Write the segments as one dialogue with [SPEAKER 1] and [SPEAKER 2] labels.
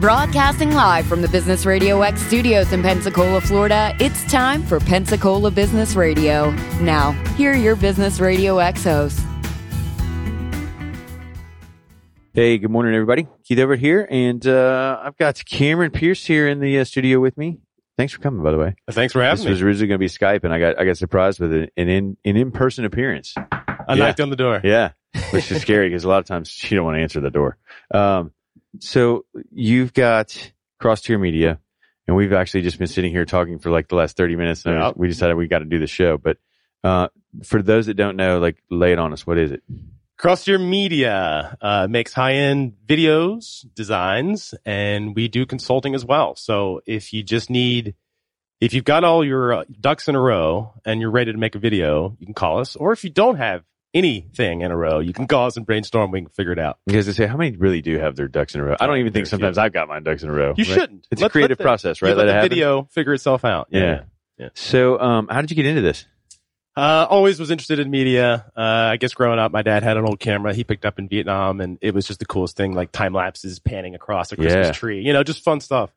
[SPEAKER 1] Broadcasting live from the Business Radio X studios in Pensacola, Florida, it's time for Pensacola Business Radio. Now, here are your Business Radio X hosts.
[SPEAKER 2] Hey, good morning, everybody. Keith Everett here, and uh, I've got Cameron Pierce here in the uh, studio with me. Thanks for coming, by the way.
[SPEAKER 3] Thanks for having
[SPEAKER 2] This was
[SPEAKER 3] me.
[SPEAKER 2] originally going to be Skype, and I got I got surprised with an an in an in person appearance.
[SPEAKER 3] I
[SPEAKER 2] yeah.
[SPEAKER 3] knocked on the door.
[SPEAKER 2] Yeah, which is scary because a lot of times she don't want to answer the door. Um, so you've got Cross Tier Media, and we've actually just been sitting here talking for like the last thirty minutes, and I
[SPEAKER 3] Yeah.
[SPEAKER 2] was- we decided we got to do the show. But uh, for those that don't know, like lay it on us. What is it?
[SPEAKER 3] Cross Your Media uh, makes high end videos, designs, and we do consulting as well. So if you just need, if you've got all your uh, ducks in a row and you're ready to make a video, you can call us. Or if you don't have anything in a row, you can call us and brainstorm. We can figure it out.
[SPEAKER 2] Because they say how many really do have their ducks in a row. I don't even think
[SPEAKER 3] Very few.
[SPEAKER 2] sometimes I've got my ducks in a row.
[SPEAKER 3] You
[SPEAKER 2] right?
[SPEAKER 3] shouldn't.
[SPEAKER 2] It's a
[SPEAKER 3] Let-
[SPEAKER 2] creative
[SPEAKER 3] let the-
[SPEAKER 2] process, right?
[SPEAKER 3] you Let,
[SPEAKER 2] it
[SPEAKER 3] the
[SPEAKER 2] happen.
[SPEAKER 3] video figure itself out.
[SPEAKER 2] Yeah. So, um, how did you get into this?
[SPEAKER 3] Uh, always was interested in media. Uh, I guess growing up, my dad had an old camera he picked up in Vietnam, and it was just the coolest thing, like time lapses panning across a Christmas
[SPEAKER 2] Yeah.
[SPEAKER 3] tree, you know, just fun stuff.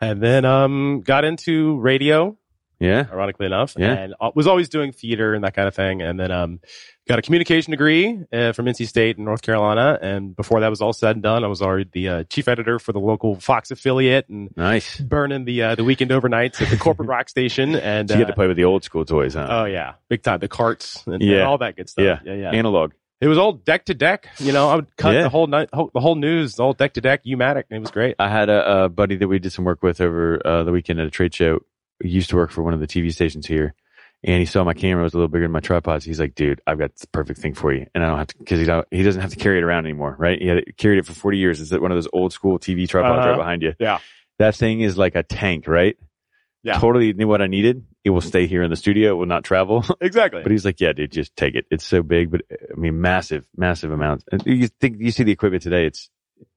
[SPEAKER 3] And then um, got into radio,
[SPEAKER 2] Yeah.
[SPEAKER 3] ironically enough,
[SPEAKER 2] Yeah.
[SPEAKER 3] and uh, was always doing theater and that kind of thing. And then um, got a communication degree uh, from NC State in North Carolina. And before that was all said and done, I was already the uh, chief editor for the local Fox affiliate and
[SPEAKER 2] Nice.
[SPEAKER 3] burning the uh, the weekend overnights at the corporate rock station. And
[SPEAKER 2] So you
[SPEAKER 3] uh,
[SPEAKER 2] get to play with the old school toys, huh?
[SPEAKER 3] Oh yeah, big time. The carts and, and
[SPEAKER 2] Yeah.
[SPEAKER 3] all that good stuff.
[SPEAKER 2] Yeah.
[SPEAKER 3] yeah, yeah.
[SPEAKER 2] Analog.
[SPEAKER 3] it was all deck to deck. You know, I would cut
[SPEAKER 2] Yeah.
[SPEAKER 3] the whole night, whole, the whole news, the whole deck to deck, U-matic, and it was great.
[SPEAKER 2] I had a, a buddy that we did some work with over uh, the weekend at a trade show. He used to work for one of the TV stations here, and he saw my camera was a little bigger than my tripods. He's like, "Dude, I've got the perfect thing for you," and I don't have to because he don't- he doesn't have to carry it around anymore, right? He had it, carried it for forty years. It's one of those old school TV tripods right
[SPEAKER 3] Uh-huh.
[SPEAKER 2] behind you.
[SPEAKER 3] Yeah.
[SPEAKER 2] that thing is like a tank, right?
[SPEAKER 3] Yeah.
[SPEAKER 2] totally knew what I needed. It will stay here in the studio. It will not travel.
[SPEAKER 3] Exactly.
[SPEAKER 2] But he's like, yeah, dude, just take it. It's so big, but uh, I mean, massive, massive amounts. And you think you see the equipment today? It's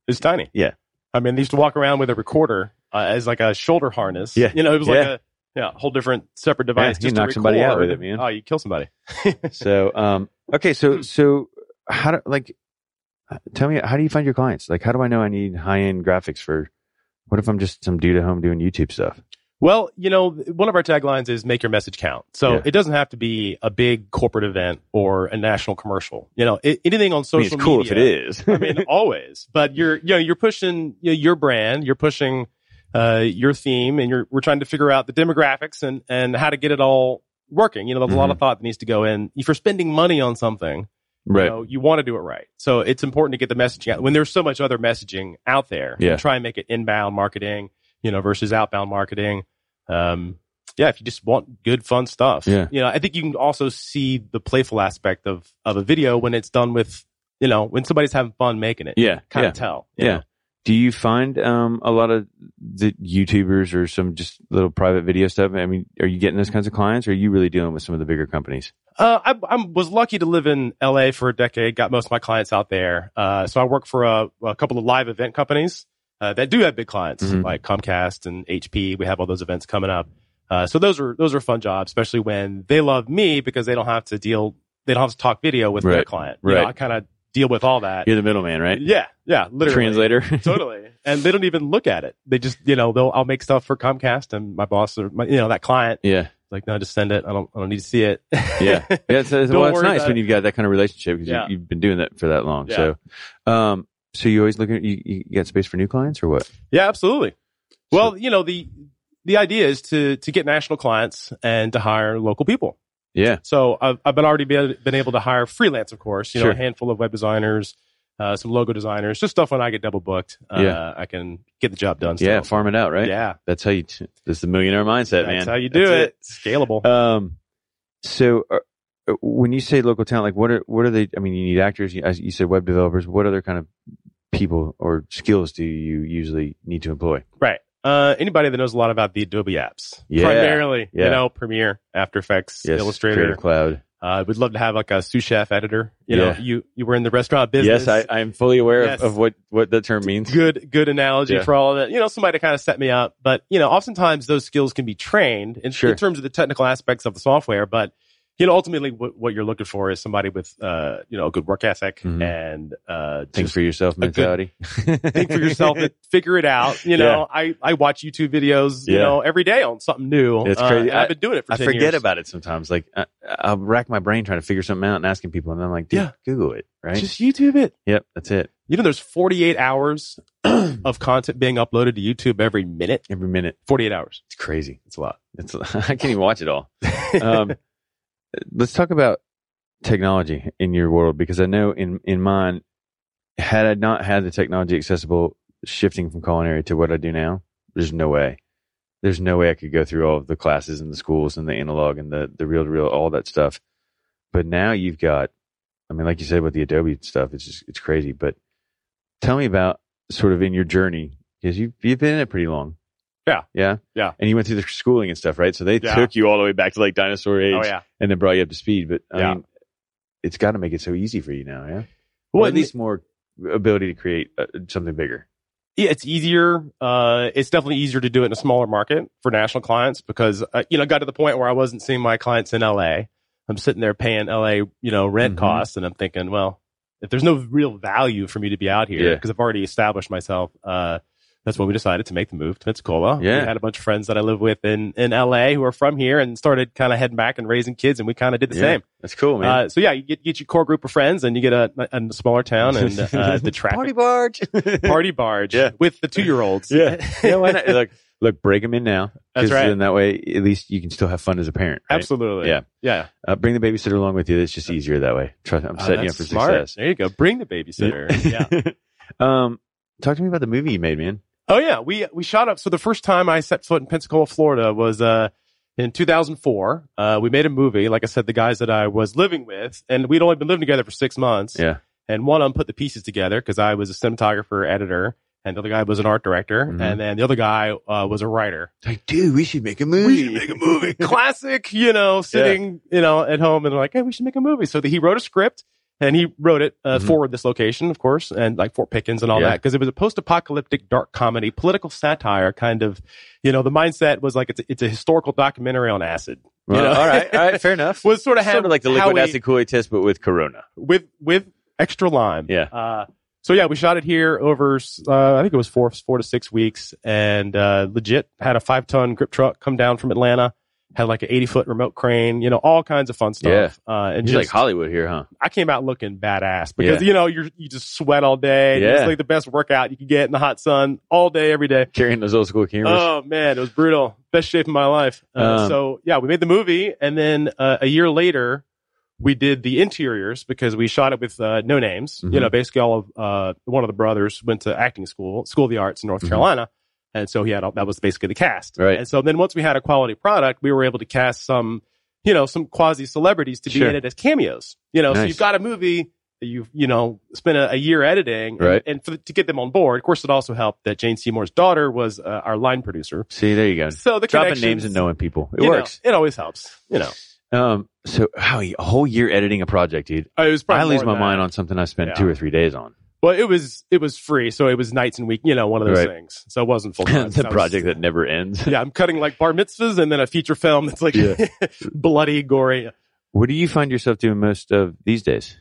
[SPEAKER 3] It's tiny.
[SPEAKER 2] Yeah.
[SPEAKER 3] I mean, they used to walk around with a recorder uh, as like a shoulder harness.
[SPEAKER 2] Yeah.
[SPEAKER 3] you know, it was like
[SPEAKER 2] Yeah.
[SPEAKER 3] a yeah whole different separate device.
[SPEAKER 2] you
[SPEAKER 3] just to
[SPEAKER 2] knock somebody out with it,
[SPEAKER 3] record.
[SPEAKER 2] man.
[SPEAKER 3] Oh, you kill somebody.
[SPEAKER 2] so. Um, okay, so
[SPEAKER 3] Hmm.
[SPEAKER 2] so how do like tell me how do you find your clients? Like, how do I know I need high end graphics for? What if I'm just some dude at home doing YouTube stuff?
[SPEAKER 3] Well, you know, one of our taglines is make your message count. So
[SPEAKER 2] Yeah.
[SPEAKER 3] it doesn't have to be a big corporate event or a national commercial. You know, it, anything on
[SPEAKER 2] I
[SPEAKER 3] social
[SPEAKER 2] mean, it's cool
[SPEAKER 3] media.
[SPEAKER 2] if it is.
[SPEAKER 3] I mean, always. But you're, you know, you're pushing you know, your brand, you're pushing uh, your theme, and you're we're trying to figure out the demographics and and how to get it all working. You know, there's a lot of thought that needs to go in. If you're spending money on something,
[SPEAKER 2] right.
[SPEAKER 3] you, know, you want to do it right. So it's important to get the messaging out when there's so much other messaging out there.
[SPEAKER 2] Yeah.
[SPEAKER 3] try and make it inbound marketing, you know, versus outbound marketing. Um, yeah, if you just want good, fun stuff.
[SPEAKER 2] Yeah.
[SPEAKER 3] You know, I think you can also see the playful aspect of of a video when it's done with, you know, when somebody's having fun making it.
[SPEAKER 2] Yeah.
[SPEAKER 3] Kind
[SPEAKER 2] yeah.
[SPEAKER 3] of tell. you
[SPEAKER 2] Yeah.
[SPEAKER 3] know.
[SPEAKER 2] Do you find um, a lot of the YouTubers or some just little private video stuff? I mean, are you getting those kinds of clients, or are you really dealing with some of the bigger companies?
[SPEAKER 3] Uh, I, I was lucky to live in LA for a decade. Got most of my clients out there. Uh, so I work for a, a couple of live event companies uh, that do have big clients
[SPEAKER 2] Mhm.
[SPEAKER 3] like Comcast and HP. We have all those events coming up. Uh, so those are those are fun jobs, especially when they love me because they don't have to deal. They don't have to talk video with their
[SPEAKER 2] Right.
[SPEAKER 3] client. You know,
[SPEAKER 2] Right.
[SPEAKER 3] I kind of deal with all that.
[SPEAKER 2] You're the middleman, right?
[SPEAKER 3] Yeah, yeah, literally.
[SPEAKER 2] Translator.
[SPEAKER 3] totally. And they don't even look at it. They just, you know, they'll I'll make stuff for Comcast and my boss or my, you know that client
[SPEAKER 2] yeah.
[SPEAKER 3] like no, just send it. I don't I don't need to see it.
[SPEAKER 2] Yeah. Yeah. It's, it's-
[SPEAKER 3] Don't
[SPEAKER 2] well, it's
[SPEAKER 3] worry
[SPEAKER 2] nice
[SPEAKER 3] about
[SPEAKER 2] when
[SPEAKER 3] it.
[SPEAKER 2] you've got that kind of relationship because
[SPEAKER 3] Yeah.
[SPEAKER 2] you, you've been doing that for that long.
[SPEAKER 3] Yeah.
[SPEAKER 2] So, um, so you always looking at, you, you got space for new clients or what?
[SPEAKER 3] Yeah, absolutely. Well, you know the the idea is to to get national clients and to hire local people.
[SPEAKER 2] Yeah.
[SPEAKER 3] So I've, I've been already been, been able to hire freelance, of course. You know,
[SPEAKER 2] Sure.
[SPEAKER 3] a handful of web designers, uh, some logo designers, just stuff when I get double booked. Uh,
[SPEAKER 2] Yeah.
[SPEAKER 3] I can get the job done.
[SPEAKER 2] Yeah.
[SPEAKER 3] still.
[SPEAKER 2] Farm it out, right?
[SPEAKER 3] yeah.
[SPEAKER 2] That's how you, t- that's the millionaire mindset,
[SPEAKER 3] That's
[SPEAKER 2] man.
[SPEAKER 3] how you do
[SPEAKER 2] That's
[SPEAKER 3] it. Scalable.
[SPEAKER 2] it. Um, so, uh, uh, when you say local talent, like what are, what are they? I mean, you need actors, you, as you said web developers. What other kind of people or skills do you usually need to employ?
[SPEAKER 3] Right. Uh, anybody that knows a lot about the Adobe apps,
[SPEAKER 2] Yeah.
[SPEAKER 3] primarily,
[SPEAKER 2] Yeah.
[SPEAKER 3] you know, Premiere, After Effects, Illustrator.
[SPEAKER 2] Creative Cloud.
[SPEAKER 3] Uh, we'd love to have like a sous chef editor. You know,
[SPEAKER 2] Yeah.
[SPEAKER 3] you you were in the restaurant business.
[SPEAKER 2] Yes. I, I'm fully aware
[SPEAKER 3] Yes.
[SPEAKER 2] of, of what, what that term means.
[SPEAKER 3] good good analogy
[SPEAKER 2] Yeah.
[SPEAKER 3] for all of that. You know, somebody to kind of set me up, but you know, oftentimes those skills can be trained in,
[SPEAKER 2] Sure.
[SPEAKER 3] in terms of the technical aspects of the software. But you know, ultimately, what, what you're looking for is somebody with, uh, you know, a good work ethic
[SPEAKER 2] Mhm.
[SPEAKER 3] and uh,
[SPEAKER 2] Think
[SPEAKER 3] just
[SPEAKER 2] for yourself
[SPEAKER 3] good-
[SPEAKER 2] mentality.
[SPEAKER 3] think for yourself and figure it out. You know, I, I watch YouTube videos, you
[SPEAKER 2] Yeah.
[SPEAKER 3] know, every day on something new.
[SPEAKER 2] It's
[SPEAKER 3] Uh,
[SPEAKER 2] crazy.
[SPEAKER 3] and I've been doing it for
[SPEAKER 2] I
[SPEAKER 3] 10
[SPEAKER 2] forget
[SPEAKER 3] years.
[SPEAKER 2] about it sometimes. Like I, I'll rack my brain trying to figure something out and asking people, and I'm like, dude,
[SPEAKER 3] Yeah.
[SPEAKER 2] Google it, right?
[SPEAKER 3] Just YouTube it.
[SPEAKER 2] yep, that's it.
[SPEAKER 3] You know, there's 48 hours of content being uploaded to YouTube every minute.
[SPEAKER 2] Every minute,
[SPEAKER 3] 48 hours.
[SPEAKER 2] it's crazy.
[SPEAKER 3] It's a lot.
[SPEAKER 2] It's I can't even watch it all. Um, let's talk about technology in your world because I know in in mine, had I not had the technology accessible, shifting from culinary to what I do now, there's no way. There's no way I could go through all of the classes and the schools and the analog and the the reel to reel, all that stuff. But now you've got, I mean, like you said with the Adobe stuff, it's just it's crazy. But tell me about sort of in your journey because you you've been in it pretty long.
[SPEAKER 3] Yeah.
[SPEAKER 2] yeah,
[SPEAKER 3] Yeah.
[SPEAKER 2] And you went through the schooling and stuff, right? So they
[SPEAKER 3] Yeah.
[SPEAKER 2] took you all the way back to like dinosaur age
[SPEAKER 3] Oh, yeah.
[SPEAKER 2] and then brought you up to speed. But I
[SPEAKER 3] Yeah.
[SPEAKER 2] mean, it's got to make it so easy for you now, yeah.
[SPEAKER 3] Well,
[SPEAKER 2] Well, at
[SPEAKER 3] and-
[SPEAKER 2] least more ability to create uh, something bigger.
[SPEAKER 3] Yeah, it's easier. Uh, it's definitely easier to do it in a smaller market for national clients because uh, you know I got to the point where I wasn't seeing my clients in LA. I'm sitting there paying LA, you know, rent
[SPEAKER 2] Mhm.
[SPEAKER 3] costs, and I'm thinking, well, if there's no real value for me to be out here
[SPEAKER 2] Yeah.
[SPEAKER 3] because I've already established myself, uh, that's when we decided to make the move to Pensacola.
[SPEAKER 2] Yeah.
[SPEAKER 3] we had a bunch of friends that I live with in in LA who are from here and started kind of heading back and raising kids, and we kind of did the
[SPEAKER 2] Yeah.
[SPEAKER 3] same.
[SPEAKER 2] That's cool, man.
[SPEAKER 3] Uh, so yeah, you get, get your core group of friends, and you get a, a, a smaller town, and uh, the traffic
[SPEAKER 2] party barge.
[SPEAKER 3] party barge
[SPEAKER 2] Yeah.
[SPEAKER 3] with the two year olds.
[SPEAKER 2] yeah, yeah. Why not? Look, look, break them in now. 'cause
[SPEAKER 3] That's right.
[SPEAKER 2] Then that way, at least you can still have fun as a parent. right?
[SPEAKER 3] Absolutely.
[SPEAKER 2] Yeah.
[SPEAKER 3] Yeah.
[SPEAKER 2] Uh, bring the babysitter along with you. It's just easier that way. Trust, I'm
[SPEAKER 3] Oh,
[SPEAKER 2] setting you up
[SPEAKER 3] that's
[SPEAKER 2] for
[SPEAKER 3] smart.
[SPEAKER 2] success.
[SPEAKER 3] There you go. Bring the babysitter. Yeah.
[SPEAKER 2] um, talk to me about the movie you made, man.
[SPEAKER 3] Oh yeah. We we shot up. So the first time I set foot in Pensacola, Florida, was uh in 2004. Uh, we made a movie. Like I said, the guys that I was living with, and we'd only been living together for six months.
[SPEAKER 2] Yeah.
[SPEAKER 3] And one of them put the pieces together because I was a cinematographer, editor, and the other guy was an art director,
[SPEAKER 2] Mhm.
[SPEAKER 3] and then the other guy uh, was a writer.
[SPEAKER 2] Like, dude, we should make a movie. We should make a movie.
[SPEAKER 3] classic, you know, sitting, you know, at home and like, hey, we should make a movie. So he wrote a script and he wrote it uh,
[SPEAKER 2] Mhm.
[SPEAKER 3] for this location, of course, and like Fort Pickens and all
[SPEAKER 2] Yeah.
[SPEAKER 3] that, because it was a post-apocalyptic dark comedy, political satire, kind of. You know, the mindset was like it's a, it's a historical documentary on acid.
[SPEAKER 2] Well,
[SPEAKER 3] You know?
[SPEAKER 2] all right, all right, fair enough.
[SPEAKER 3] Was sort of
[SPEAKER 2] sort of like the liquid acid Kool-Aid test, but with Corona.
[SPEAKER 3] with with extra lime.
[SPEAKER 2] Yeah.
[SPEAKER 3] Uh, so yeah, we shot it here over. Uh, I think it was four four to six weeks, and uh, legit had a five ton grip truck come down from Atlanta. Had like an eighty foot remote crane, you know, all kinds of fun stuff. Uh, and
[SPEAKER 2] It's like
[SPEAKER 3] just
[SPEAKER 2] Hollywood here, huh?
[SPEAKER 3] I came out looking badass because
[SPEAKER 2] Yeah.
[SPEAKER 3] you know you you just sweat all day.
[SPEAKER 2] Yeah.
[SPEAKER 3] It's like the best workout you can get in the hot sun all day every day.
[SPEAKER 2] Carrying those old school cameras.
[SPEAKER 3] Oh man, it was brutal. Best shape of my life. Uh,
[SPEAKER 2] Um,
[SPEAKER 3] so yeah, we made the movie, and then uh, a year later, we did the interiors because we shot it with uh, no names. You
[SPEAKER 2] Mhm.
[SPEAKER 3] know, basically all of uh, one of the brothers went to acting school, School of the Arts in North
[SPEAKER 2] Mhm.
[SPEAKER 3] Carolina, and so he had all, that was basically the cast.
[SPEAKER 2] Right.
[SPEAKER 3] And so then once we had a quality product, we were able to cast some, you know, some quasi celebrities to be
[SPEAKER 2] Sure.
[SPEAKER 3] in it as cameos. You know, so
[SPEAKER 2] Nice.
[SPEAKER 3] you've got a movie. that You've you know spent a, a year editing and-
[SPEAKER 2] Right.
[SPEAKER 3] and, for, to get them on board. Of course, it also helped that Jane Seymour's daughter was uh, our line producer,
[SPEAKER 2] See, there you go.
[SPEAKER 3] so the
[SPEAKER 2] Dropping
[SPEAKER 3] connections,
[SPEAKER 2] names and knowing people, it
[SPEAKER 3] you know,
[SPEAKER 2] works.
[SPEAKER 3] it always helps. You know,
[SPEAKER 2] Um, so how a whole year editing a project, dude.
[SPEAKER 3] I was
[SPEAKER 2] I
[SPEAKER 3] probably
[SPEAKER 2] lose
[SPEAKER 3] more
[SPEAKER 2] my
[SPEAKER 3] than
[SPEAKER 2] mind
[SPEAKER 3] that.
[SPEAKER 2] on something I spent
[SPEAKER 3] Yeah.
[SPEAKER 2] two or three days on.
[SPEAKER 3] Well, it was it was free, so it was nights and week. You know, one of those
[SPEAKER 2] Right.
[SPEAKER 3] things. So it wasn't full time.
[SPEAKER 2] the project that never ends.
[SPEAKER 3] yeah, I'm cutting like bar mitzvahs and then a feature film that's like
[SPEAKER 2] Yeah.
[SPEAKER 3] bloody, gory.
[SPEAKER 2] What do you find yourself doing most of these days?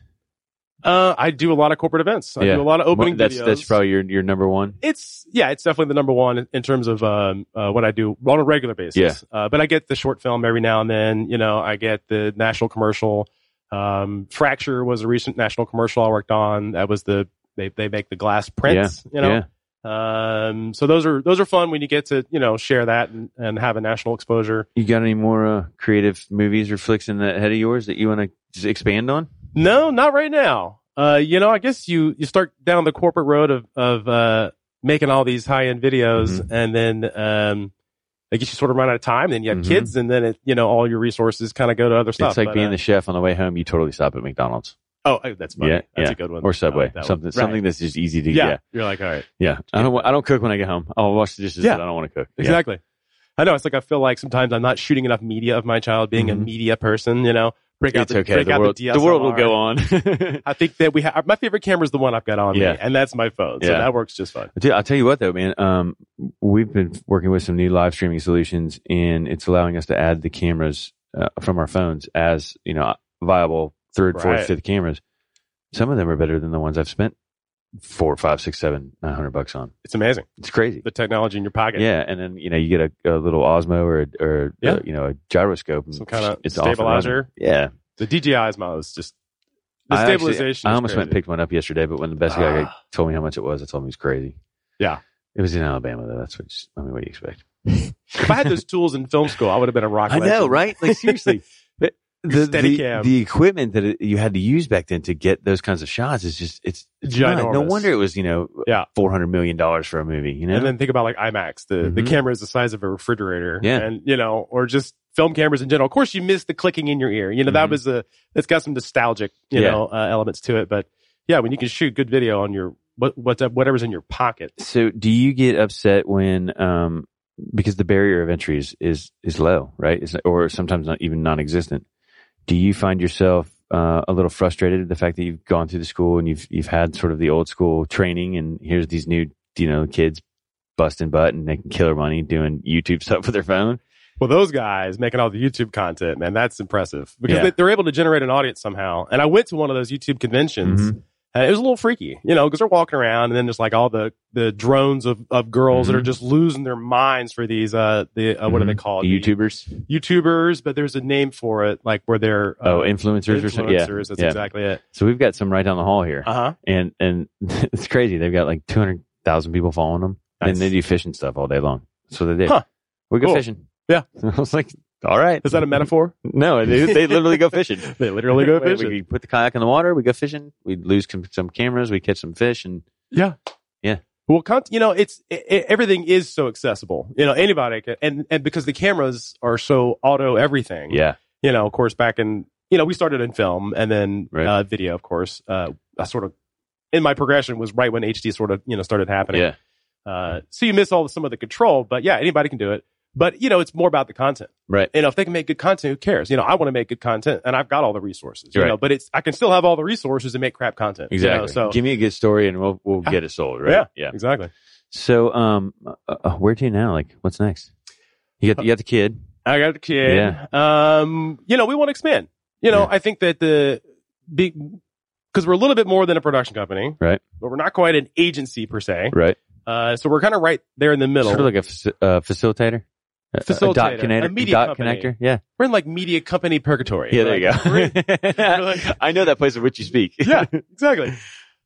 [SPEAKER 3] Uh, I do a lot of corporate events. I
[SPEAKER 2] Yeah.
[SPEAKER 3] do a lot of opening
[SPEAKER 2] that's
[SPEAKER 3] videos.
[SPEAKER 2] that's probably your your number one.
[SPEAKER 3] it's yeah, it's definitely the number one in- in terms of um, uh, what I do on a regular basis.
[SPEAKER 2] Yeah.
[SPEAKER 3] Uh, but I get the short film every now and then. You know, I get the national commercial. Um, Fracture was a recent national commercial I worked on. That was the they they make the glass prints. You know.
[SPEAKER 2] yeah,
[SPEAKER 3] Um, so those are those are fun when you get to you know share that and, and have a national exposure.
[SPEAKER 2] you got any more uh, creative movies or flicks in that head of yours that you want to expand on?
[SPEAKER 3] No, not right now. Uh, you know, I guess you you start down the corporate road of of uh, making all these high end videos,
[SPEAKER 2] Mm-hmm.
[SPEAKER 3] and then um, I guess you sort of run out of time. Then you have
[SPEAKER 2] Mhm.
[SPEAKER 3] kids, and then it you know all your resources kind of go to other stuff.
[SPEAKER 2] it's like
[SPEAKER 3] But,
[SPEAKER 2] being
[SPEAKER 3] uh,
[SPEAKER 2] the chef on the way home. You totally stop at McDonald's
[SPEAKER 3] oh oh, that's funny.
[SPEAKER 2] Yeah,
[SPEAKER 3] that's
[SPEAKER 2] yeah.
[SPEAKER 3] a good one.
[SPEAKER 2] or
[SPEAKER 3] I
[SPEAKER 2] Subway,
[SPEAKER 3] like that one.
[SPEAKER 2] something
[SPEAKER 3] Right.
[SPEAKER 2] something that's just easy to
[SPEAKER 3] Yeah.
[SPEAKER 2] yeah.
[SPEAKER 3] you're like all right,
[SPEAKER 2] uh, Yeah, I don't. I don't cook when I get home. I'll wash the dishes.
[SPEAKER 3] Yeah.
[SPEAKER 2] but I don't want to cook. Yeah.
[SPEAKER 3] exactly. I know it's like I feel like sometimes I'm not shooting enough media of my child being a
[SPEAKER 2] Mhm.
[SPEAKER 3] media person. You know, break out
[SPEAKER 2] It's
[SPEAKER 3] the,
[SPEAKER 2] okay.
[SPEAKER 3] break
[SPEAKER 2] The
[SPEAKER 3] out
[SPEAKER 2] world,
[SPEAKER 3] the,
[SPEAKER 2] the, world will
[SPEAKER 3] DSLR.
[SPEAKER 2] go on.
[SPEAKER 3] I think that we have my favorite camera is the one I've got on
[SPEAKER 2] Yeah.
[SPEAKER 3] me, and that's my phone, so
[SPEAKER 2] Yeah.
[SPEAKER 3] that works just fine.
[SPEAKER 2] Dude, I'll tell you what, though, man. Um, we've been working with some new live streaming solutions, and it's allowing us to add the cameras uh, from our phones as you know viable third, fourth,
[SPEAKER 3] Right.
[SPEAKER 2] fifth cameras. Some of them are better than the ones I've spent four, five, six, seven, nine hundred bucks on.
[SPEAKER 3] It's amazing
[SPEAKER 2] It's crazy.
[SPEAKER 3] the technology in your pocket.
[SPEAKER 2] Yeah, and then you know you get a, a little Osmo or a- or uh,
[SPEAKER 3] Yeah.
[SPEAKER 2] you know a gyroscope, and
[SPEAKER 3] Some kinda
[SPEAKER 2] it's off and
[SPEAKER 3] stabilizer.
[SPEAKER 2] running. Yeah,
[SPEAKER 3] The DJI's model is just the
[SPEAKER 2] I actually-
[SPEAKER 3] stabilization.
[SPEAKER 2] I
[SPEAKER 3] is
[SPEAKER 2] almost went and
[SPEAKER 3] crazy.
[SPEAKER 2] picked one up yesterday, but when the best guy
[SPEAKER 3] Ah.
[SPEAKER 2] told me how much it was, I told him he was crazy.
[SPEAKER 3] Yeah.
[SPEAKER 2] it was in Alabama though. That's what I mean. What do you expect?
[SPEAKER 3] If I had those tools in film school, I would have been a rock.
[SPEAKER 2] I know,
[SPEAKER 3] legend.
[SPEAKER 2] right? Like seriously, the, the, the
[SPEAKER 3] Steadicam.
[SPEAKER 2] the equipment that it, you had to use back then to get those kinds of shots is just it's, it's not, no
[SPEAKER 3] Ginormous.
[SPEAKER 2] wonder it was you know
[SPEAKER 3] Yeah.
[SPEAKER 2] four hundred million dollars for a movie. You know,
[SPEAKER 3] And then think about like IMAX. The the
[SPEAKER 2] Mhm.
[SPEAKER 3] camera is the size of a refrigerator.
[SPEAKER 2] Yeah.
[SPEAKER 3] And you know, or just film cameras in general. Of course, you miss the clicking in your ear. You know,
[SPEAKER 2] Mhm.
[SPEAKER 3] that was a that's got some nostalgic you
[SPEAKER 2] Yeah.
[SPEAKER 3] know uh, elements to it. But yeah, when you can shoot good video on your what what's whatever's in your pocket.
[SPEAKER 2] so do you get upset when um because the barrier of entry is is, is low right is, or sometimes not even non-existent do you find yourself uh, a little frustrated at the fact that you've gone through the school and you've you've had sort of the old school training and here's these new you know kids busting butt and making killer money doing YouTube stuff with their phone
[SPEAKER 3] Well, those guys making all the YouTube content, man, that's impressive because
[SPEAKER 2] Yeah.
[SPEAKER 3] they, they're able to generate an audience somehow. And I went to one of those YouTube conventions.
[SPEAKER 2] Mhm.
[SPEAKER 3] And it was a little freaky, you know, because they're walking around and then there's like all the the drones of of girls that are
[SPEAKER 2] Mhm.
[SPEAKER 3] just losing their minds for these uh the uh, what are they
[SPEAKER 2] Mhm.
[SPEAKER 3] called The uh,
[SPEAKER 2] YouTubers
[SPEAKER 3] YouTubers, but there's a name for it, like where they're uh,
[SPEAKER 2] oh influencers, or something yeah
[SPEAKER 3] influencers. That's
[SPEAKER 2] yeah.
[SPEAKER 3] exactly it.
[SPEAKER 2] so we've got some right down the hall here
[SPEAKER 3] Uh huh.
[SPEAKER 2] and and it's crazy they've got like two hundred thousand people following them and
[SPEAKER 3] Nice.
[SPEAKER 2] they do fishing stuff all day long so they do
[SPEAKER 3] Huh.
[SPEAKER 2] we go
[SPEAKER 3] Cool.
[SPEAKER 2] fishing.
[SPEAKER 3] Yeah.
[SPEAKER 2] I was like, all right.
[SPEAKER 3] Is that a metaphor?
[SPEAKER 2] No, they, they literally go fishing.
[SPEAKER 3] They literally go
[SPEAKER 2] We-
[SPEAKER 3] fishing.
[SPEAKER 2] We put the kayak in the water. We go fishing. We lose com- some cameras. We catch some fish, and
[SPEAKER 3] Yeah.
[SPEAKER 2] Yeah.
[SPEAKER 3] Well, con- you know, it's i i everything is so accessible. You know, anybody can, and and because the cameras are so auto everything.
[SPEAKER 2] yeah,
[SPEAKER 3] You know, of course, back in you know we started in film and then
[SPEAKER 2] Right.
[SPEAKER 3] uh, video, of course. Uh, I sort of in my progression was right when HD sort of you know started happening.
[SPEAKER 2] yeah,
[SPEAKER 3] Uh, so you miss all some of the control, but yeah, anybody can do it. But you know, it's more about the content.
[SPEAKER 2] right.
[SPEAKER 3] You know, if they can make good content, who cares? You know, I want to make good content, and I've got all the resources. You
[SPEAKER 2] Right.
[SPEAKER 3] know, but it's I can still have all the resources and make crap content. you know,
[SPEAKER 2] Exactly.
[SPEAKER 3] so
[SPEAKER 2] give me a good story, and we'll we'll
[SPEAKER 3] Yeah.
[SPEAKER 2] get it sold. Right. Yeah.
[SPEAKER 3] exactly.
[SPEAKER 2] So, um, uh, uh, where to now? Like, what's next? You got you got the kid.
[SPEAKER 3] I got the kid. Um, you know, we want to expand. You know,
[SPEAKER 2] Yeah.
[SPEAKER 3] I think that the big because we're a little bit more than a production company,
[SPEAKER 2] Right.
[SPEAKER 3] But we're not quite an agency per se.
[SPEAKER 2] Right.
[SPEAKER 3] Uh, so we're kind of right there in the middle.
[SPEAKER 2] Sort of like a faci- uh, facilitator. A- A dot
[SPEAKER 3] Facilitator,
[SPEAKER 2] connector.
[SPEAKER 3] a media
[SPEAKER 2] dot
[SPEAKER 3] company.
[SPEAKER 2] connector. Yeah.
[SPEAKER 3] we're in like media company purgatory.
[SPEAKER 2] Yeah. There you
[SPEAKER 3] Like, we're in-
[SPEAKER 2] go.
[SPEAKER 3] like-
[SPEAKER 2] I know that place of which you speak.
[SPEAKER 3] yeah, exactly.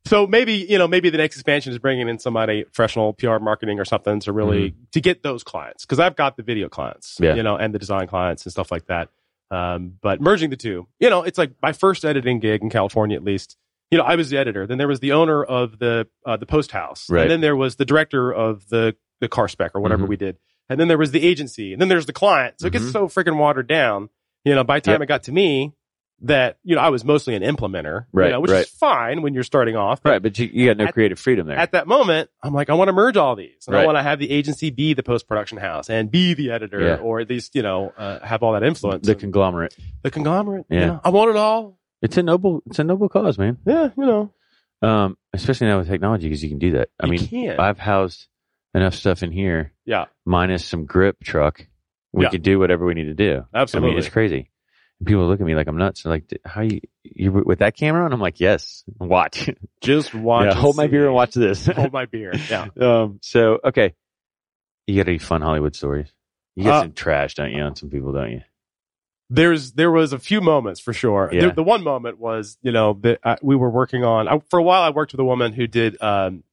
[SPEAKER 3] So maybe you know maybe the next expansion is bringing in somebody professional PR marketing or something to really to get those clients because I've got the video clients,
[SPEAKER 2] Mm-hmm. Yeah.
[SPEAKER 3] you know, and the design clients and stuff like that. Um, but merging the two, you know, it's like my first editing gig in California, at least. You know, I was the editor. Then there was the owner of the uh, the post house,
[SPEAKER 2] Right.
[SPEAKER 3] and then there was the director of the the car spec or whatever
[SPEAKER 2] Mhm.
[SPEAKER 3] we did, and then there was the agency, and then there's the client. So it
[SPEAKER 2] Mhm.
[SPEAKER 3] gets so freaking watered down. You know, by the time
[SPEAKER 2] Yep.
[SPEAKER 3] it got to me, that you know I was mostly an implementer, you
[SPEAKER 2] Right,
[SPEAKER 3] know, which
[SPEAKER 2] right.
[SPEAKER 3] is fine when you're starting off. But
[SPEAKER 2] Right, but you, you got no
[SPEAKER 3] At-
[SPEAKER 2] creative freedom there.
[SPEAKER 3] At that moment, I'm like, I want to merge all these, and
[SPEAKER 2] Right.
[SPEAKER 3] I want to have the agency be the post production house and be the editor,
[SPEAKER 2] Yeah.
[SPEAKER 3] or at least you know uh, have all that influence.
[SPEAKER 2] the
[SPEAKER 3] And
[SPEAKER 2] conglomerate.
[SPEAKER 3] the conglomerate. you
[SPEAKER 2] Yeah.
[SPEAKER 3] know, I want it all.
[SPEAKER 2] It's a noble. It's a noble cause, man.
[SPEAKER 3] Yeah, you know,
[SPEAKER 2] Um, especially now with technology, because you can do that. I
[SPEAKER 3] you
[SPEAKER 2] mean,
[SPEAKER 3] can.
[SPEAKER 2] I've housed enough stuff in here.
[SPEAKER 3] Yeah.
[SPEAKER 2] Minus some grip truck, we
[SPEAKER 3] Yeah.
[SPEAKER 2] could do whatever we need to do. I
[SPEAKER 3] absolutely.
[SPEAKER 2] mean, it's crazy. And people look at me like I'm nuts. They're like, "D- how you you were with that camera? And I'm like, yes. Watch.
[SPEAKER 3] Just watch.
[SPEAKER 2] Yeah,
[SPEAKER 3] and
[SPEAKER 2] hold my
[SPEAKER 3] see.
[SPEAKER 2] beer and watch this.
[SPEAKER 3] hold my beer. Yeah.
[SPEAKER 2] um. So okay, you got any fun Hollywood stories? You got
[SPEAKER 3] Uh,
[SPEAKER 2] some trash, don't you? On some people, don't you?
[SPEAKER 3] there's there was a few moments for sure.
[SPEAKER 2] Yeah.
[SPEAKER 3] There- the one moment was you know that I, we were working on I, for a while. I worked with a woman who did um,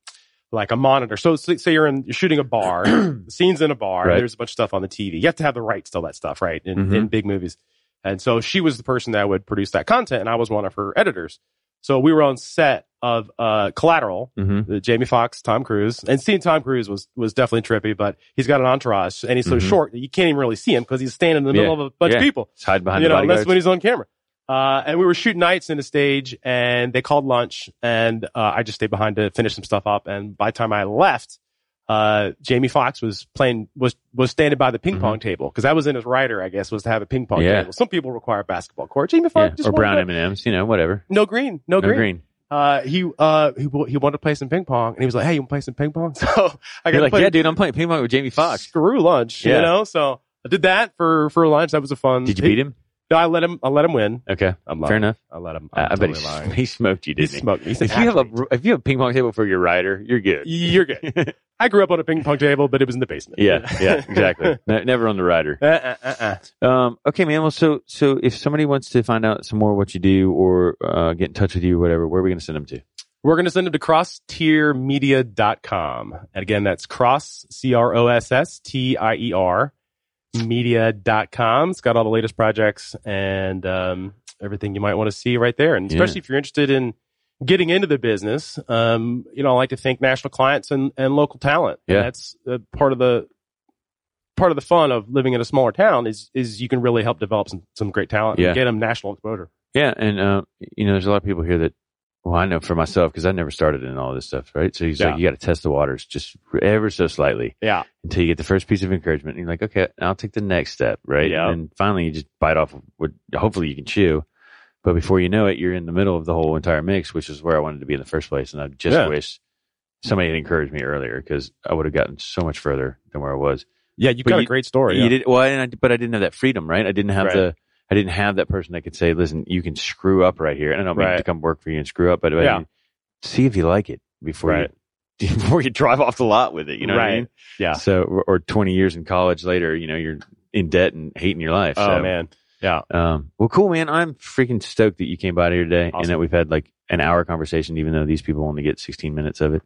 [SPEAKER 3] like a monitor. So say say you're in you're shooting a bar, the scenes in a bar.
[SPEAKER 2] Right.
[SPEAKER 3] There's a bunch of stuff on the TV. You have to have the rights to all that stuff, right? In,
[SPEAKER 2] Mhm.
[SPEAKER 3] in big movies, and so she was the person that would produce that content, and I was one of her editors. So we were on set of uh, Collateral,
[SPEAKER 2] Mm-hmm.
[SPEAKER 3] the Jamie Foxx, Tom Cruise, and seeing Tom Cruise was was definitely trippy. But he's got an entourage, and he's so
[SPEAKER 2] Mhm.
[SPEAKER 3] short that you can't even really see him because he's standing in the
[SPEAKER 2] Yeah.
[SPEAKER 3] middle of a bunch
[SPEAKER 2] Yeah.
[SPEAKER 3] of people.
[SPEAKER 2] It's hide behind
[SPEAKER 3] you
[SPEAKER 2] the
[SPEAKER 3] know,
[SPEAKER 2] bodyguards.
[SPEAKER 3] unless when he's on camera. Uh, and we were shooting nights in a stage, and they called lunch, and uh, I just stayed behind to finish some stuff up. And by the time I left, uh, Jamie Foxx was playing was was standing by the ping pong table because that was in his rider, I guess, was to have a ping pong
[SPEAKER 2] Mm-hmm. Yeah.
[SPEAKER 3] table. Some people require a basketball court. Jamie
[SPEAKER 2] Yeah,
[SPEAKER 3] Foxx just
[SPEAKER 2] or
[SPEAKER 3] Oh,
[SPEAKER 2] brown
[SPEAKER 3] wanted
[SPEAKER 2] M and M's, you know, whatever.
[SPEAKER 3] to- no green, no,
[SPEAKER 2] No
[SPEAKER 3] green.
[SPEAKER 2] green.
[SPEAKER 3] Uh, he uh he wa- he wanted to play some ping pong, and he was like, "Hey, you want to play some ping pong?" So I got
[SPEAKER 2] You're
[SPEAKER 3] to
[SPEAKER 2] like,
[SPEAKER 3] play
[SPEAKER 2] yeah, dude, I'm playing ping pong with Jamie Foxx.
[SPEAKER 3] screw lunch,
[SPEAKER 2] Yeah.
[SPEAKER 3] you know. So I did that for for lunch. That was a fun.
[SPEAKER 2] Did you beat him?
[SPEAKER 3] No, I let him. I let him win.
[SPEAKER 2] Okay,
[SPEAKER 3] I'm
[SPEAKER 2] fair
[SPEAKER 3] lying.
[SPEAKER 2] enough.
[SPEAKER 3] I let him.
[SPEAKER 2] Uh,
[SPEAKER 3] I'm
[SPEAKER 2] I bet
[SPEAKER 3] totally
[SPEAKER 2] he,
[SPEAKER 3] lying.
[SPEAKER 2] he smoked you,
[SPEAKER 3] He
[SPEAKER 2] didn't he?
[SPEAKER 3] smoked me. He's an
[SPEAKER 2] If you have a
[SPEAKER 3] athlete.
[SPEAKER 2] if you have a ping pong table for your rider, you're good.
[SPEAKER 3] you're good. I grew up on a ping pong table, but it was in the basement.
[SPEAKER 2] Yeah, yeah, exactly. Ne- Never on the rider.
[SPEAKER 3] uh, uh, uh, uh.
[SPEAKER 2] Um, okay, man. Well, so so if somebody wants to find out some more what you do or uh, get in touch with you, or whatever, where are we going to send them to?
[SPEAKER 3] We're going to send them to crosstiermedia.com. And again, that's cross, C R O S S T I E R, media.com. It's got all the latest projects and um, everything you might want to see right there. And
[SPEAKER 2] Yeah.
[SPEAKER 3] especially if you're interested in getting into the business, um, you know, I like to thank national clients and, and local talent. And
[SPEAKER 2] Yeah.
[SPEAKER 3] that's uh, part of the. Part of the fun of living in a smaller town is is you can really help develop some, some great talent
[SPEAKER 2] Yeah.
[SPEAKER 3] and get them national exposure.
[SPEAKER 2] Yeah, and uh, you know, there's a lot of people here that. Well, I know for myself because I never started in all this stuff, right? So he's
[SPEAKER 3] Yeah.
[SPEAKER 2] like, you got to test the waters just ever so slightly
[SPEAKER 3] Yeah,
[SPEAKER 2] until you get the first piece of encouragement. And you're like, okay, I'll take the next step, right?
[SPEAKER 3] Yeah.
[SPEAKER 2] And finally, you just bite off what hopefully you can chew. But before you know it, you're in the middle of the whole entire mix, which is where I wanted to be in the first place. And I just
[SPEAKER 3] Yeah.
[SPEAKER 2] wish somebody had encouraged me earlier because I would have gotten so much further than where I was.
[SPEAKER 3] yeah, you've
[SPEAKER 2] But
[SPEAKER 3] got a
[SPEAKER 2] you-
[SPEAKER 3] great story.
[SPEAKER 2] You
[SPEAKER 3] yeah.
[SPEAKER 2] did well, and I, but I didn't have that freedom, right? I didn't have
[SPEAKER 3] Right.
[SPEAKER 2] the, I didn't have that person that could say, "Listen, you can screw up right here," and I don't mean
[SPEAKER 3] Right.
[SPEAKER 2] to come work for you and screw up, but but
[SPEAKER 3] Yeah.
[SPEAKER 2] see if you like it before
[SPEAKER 3] Right.
[SPEAKER 2] you before you drive off the lot with it. You know what I
[SPEAKER 3] Right.
[SPEAKER 2] mean?
[SPEAKER 3] Yeah.
[SPEAKER 2] So, or, or twenty years in college later, you know, you're in debt and hating your life.
[SPEAKER 3] Oh
[SPEAKER 2] so,
[SPEAKER 3] man,
[SPEAKER 2] Um, well, cool, man. I'm freaking stoked that you came by here today and
[SPEAKER 3] Awesome.
[SPEAKER 2] that we've had like an hour conversation, even though these people only get 16 minutes of it.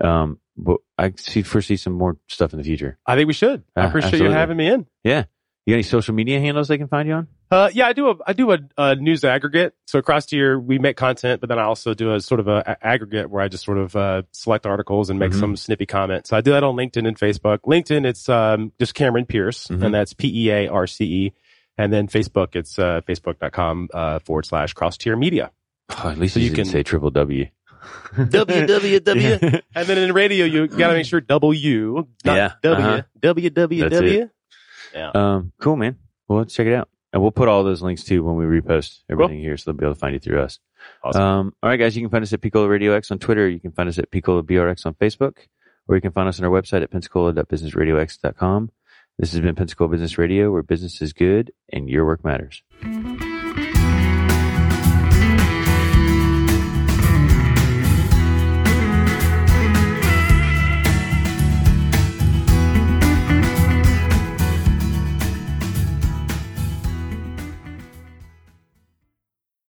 [SPEAKER 2] Um, but I see foresee some more stuff in the future.
[SPEAKER 3] I think we should. I
[SPEAKER 2] Uh,
[SPEAKER 3] appreciate
[SPEAKER 2] absolutely.
[SPEAKER 3] you having me in.
[SPEAKER 2] You got any social media handles they can find you on?
[SPEAKER 3] Uh, yeah, I do a I do a, a news aggregate. So across the year, we make content, but then I also do a sort of a, a- aggregate where I just sort of uh, select articles and make
[SPEAKER 2] Mhm.
[SPEAKER 3] some snippy comments. So I do that on LinkedIn and Facebook. LinkedIn, it's um, just Cameron Pierce,
[SPEAKER 2] Mhm.
[SPEAKER 3] and that's P E A R C E. And then Facebook, it's uh, facebook.com uh, forward slash cross tier media.
[SPEAKER 2] Oh, at least
[SPEAKER 3] So
[SPEAKER 2] you
[SPEAKER 3] you
[SPEAKER 2] can
[SPEAKER 3] can-
[SPEAKER 2] say triple W.
[SPEAKER 3] www.
[SPEAKER 2] Yeah.
[SPEAKER 3] And then in radio, you got to make sure W, not
[SPEAKER 2] Yeah,
[SPEAKER 3] W,
[SPEAKER 2] uh-huh.
[SPEAKER 3] www.
[SPEAKER 2] That's it. Um, cool, man. Well, let's check it out. And we'll put all those links too when we repost everything here, so they'll be able to find you through us.
[SPEAKER 3] Awesome.
[SPEAKER 2] Um, all right, guys, you can find us at Picola Radio X on Twitter. You can find us at Picola BRX on Facebook, or you can find us on our website at pensacola.businessradiox.com. This has been Pensacola Business Radio, where business is good and your work matters.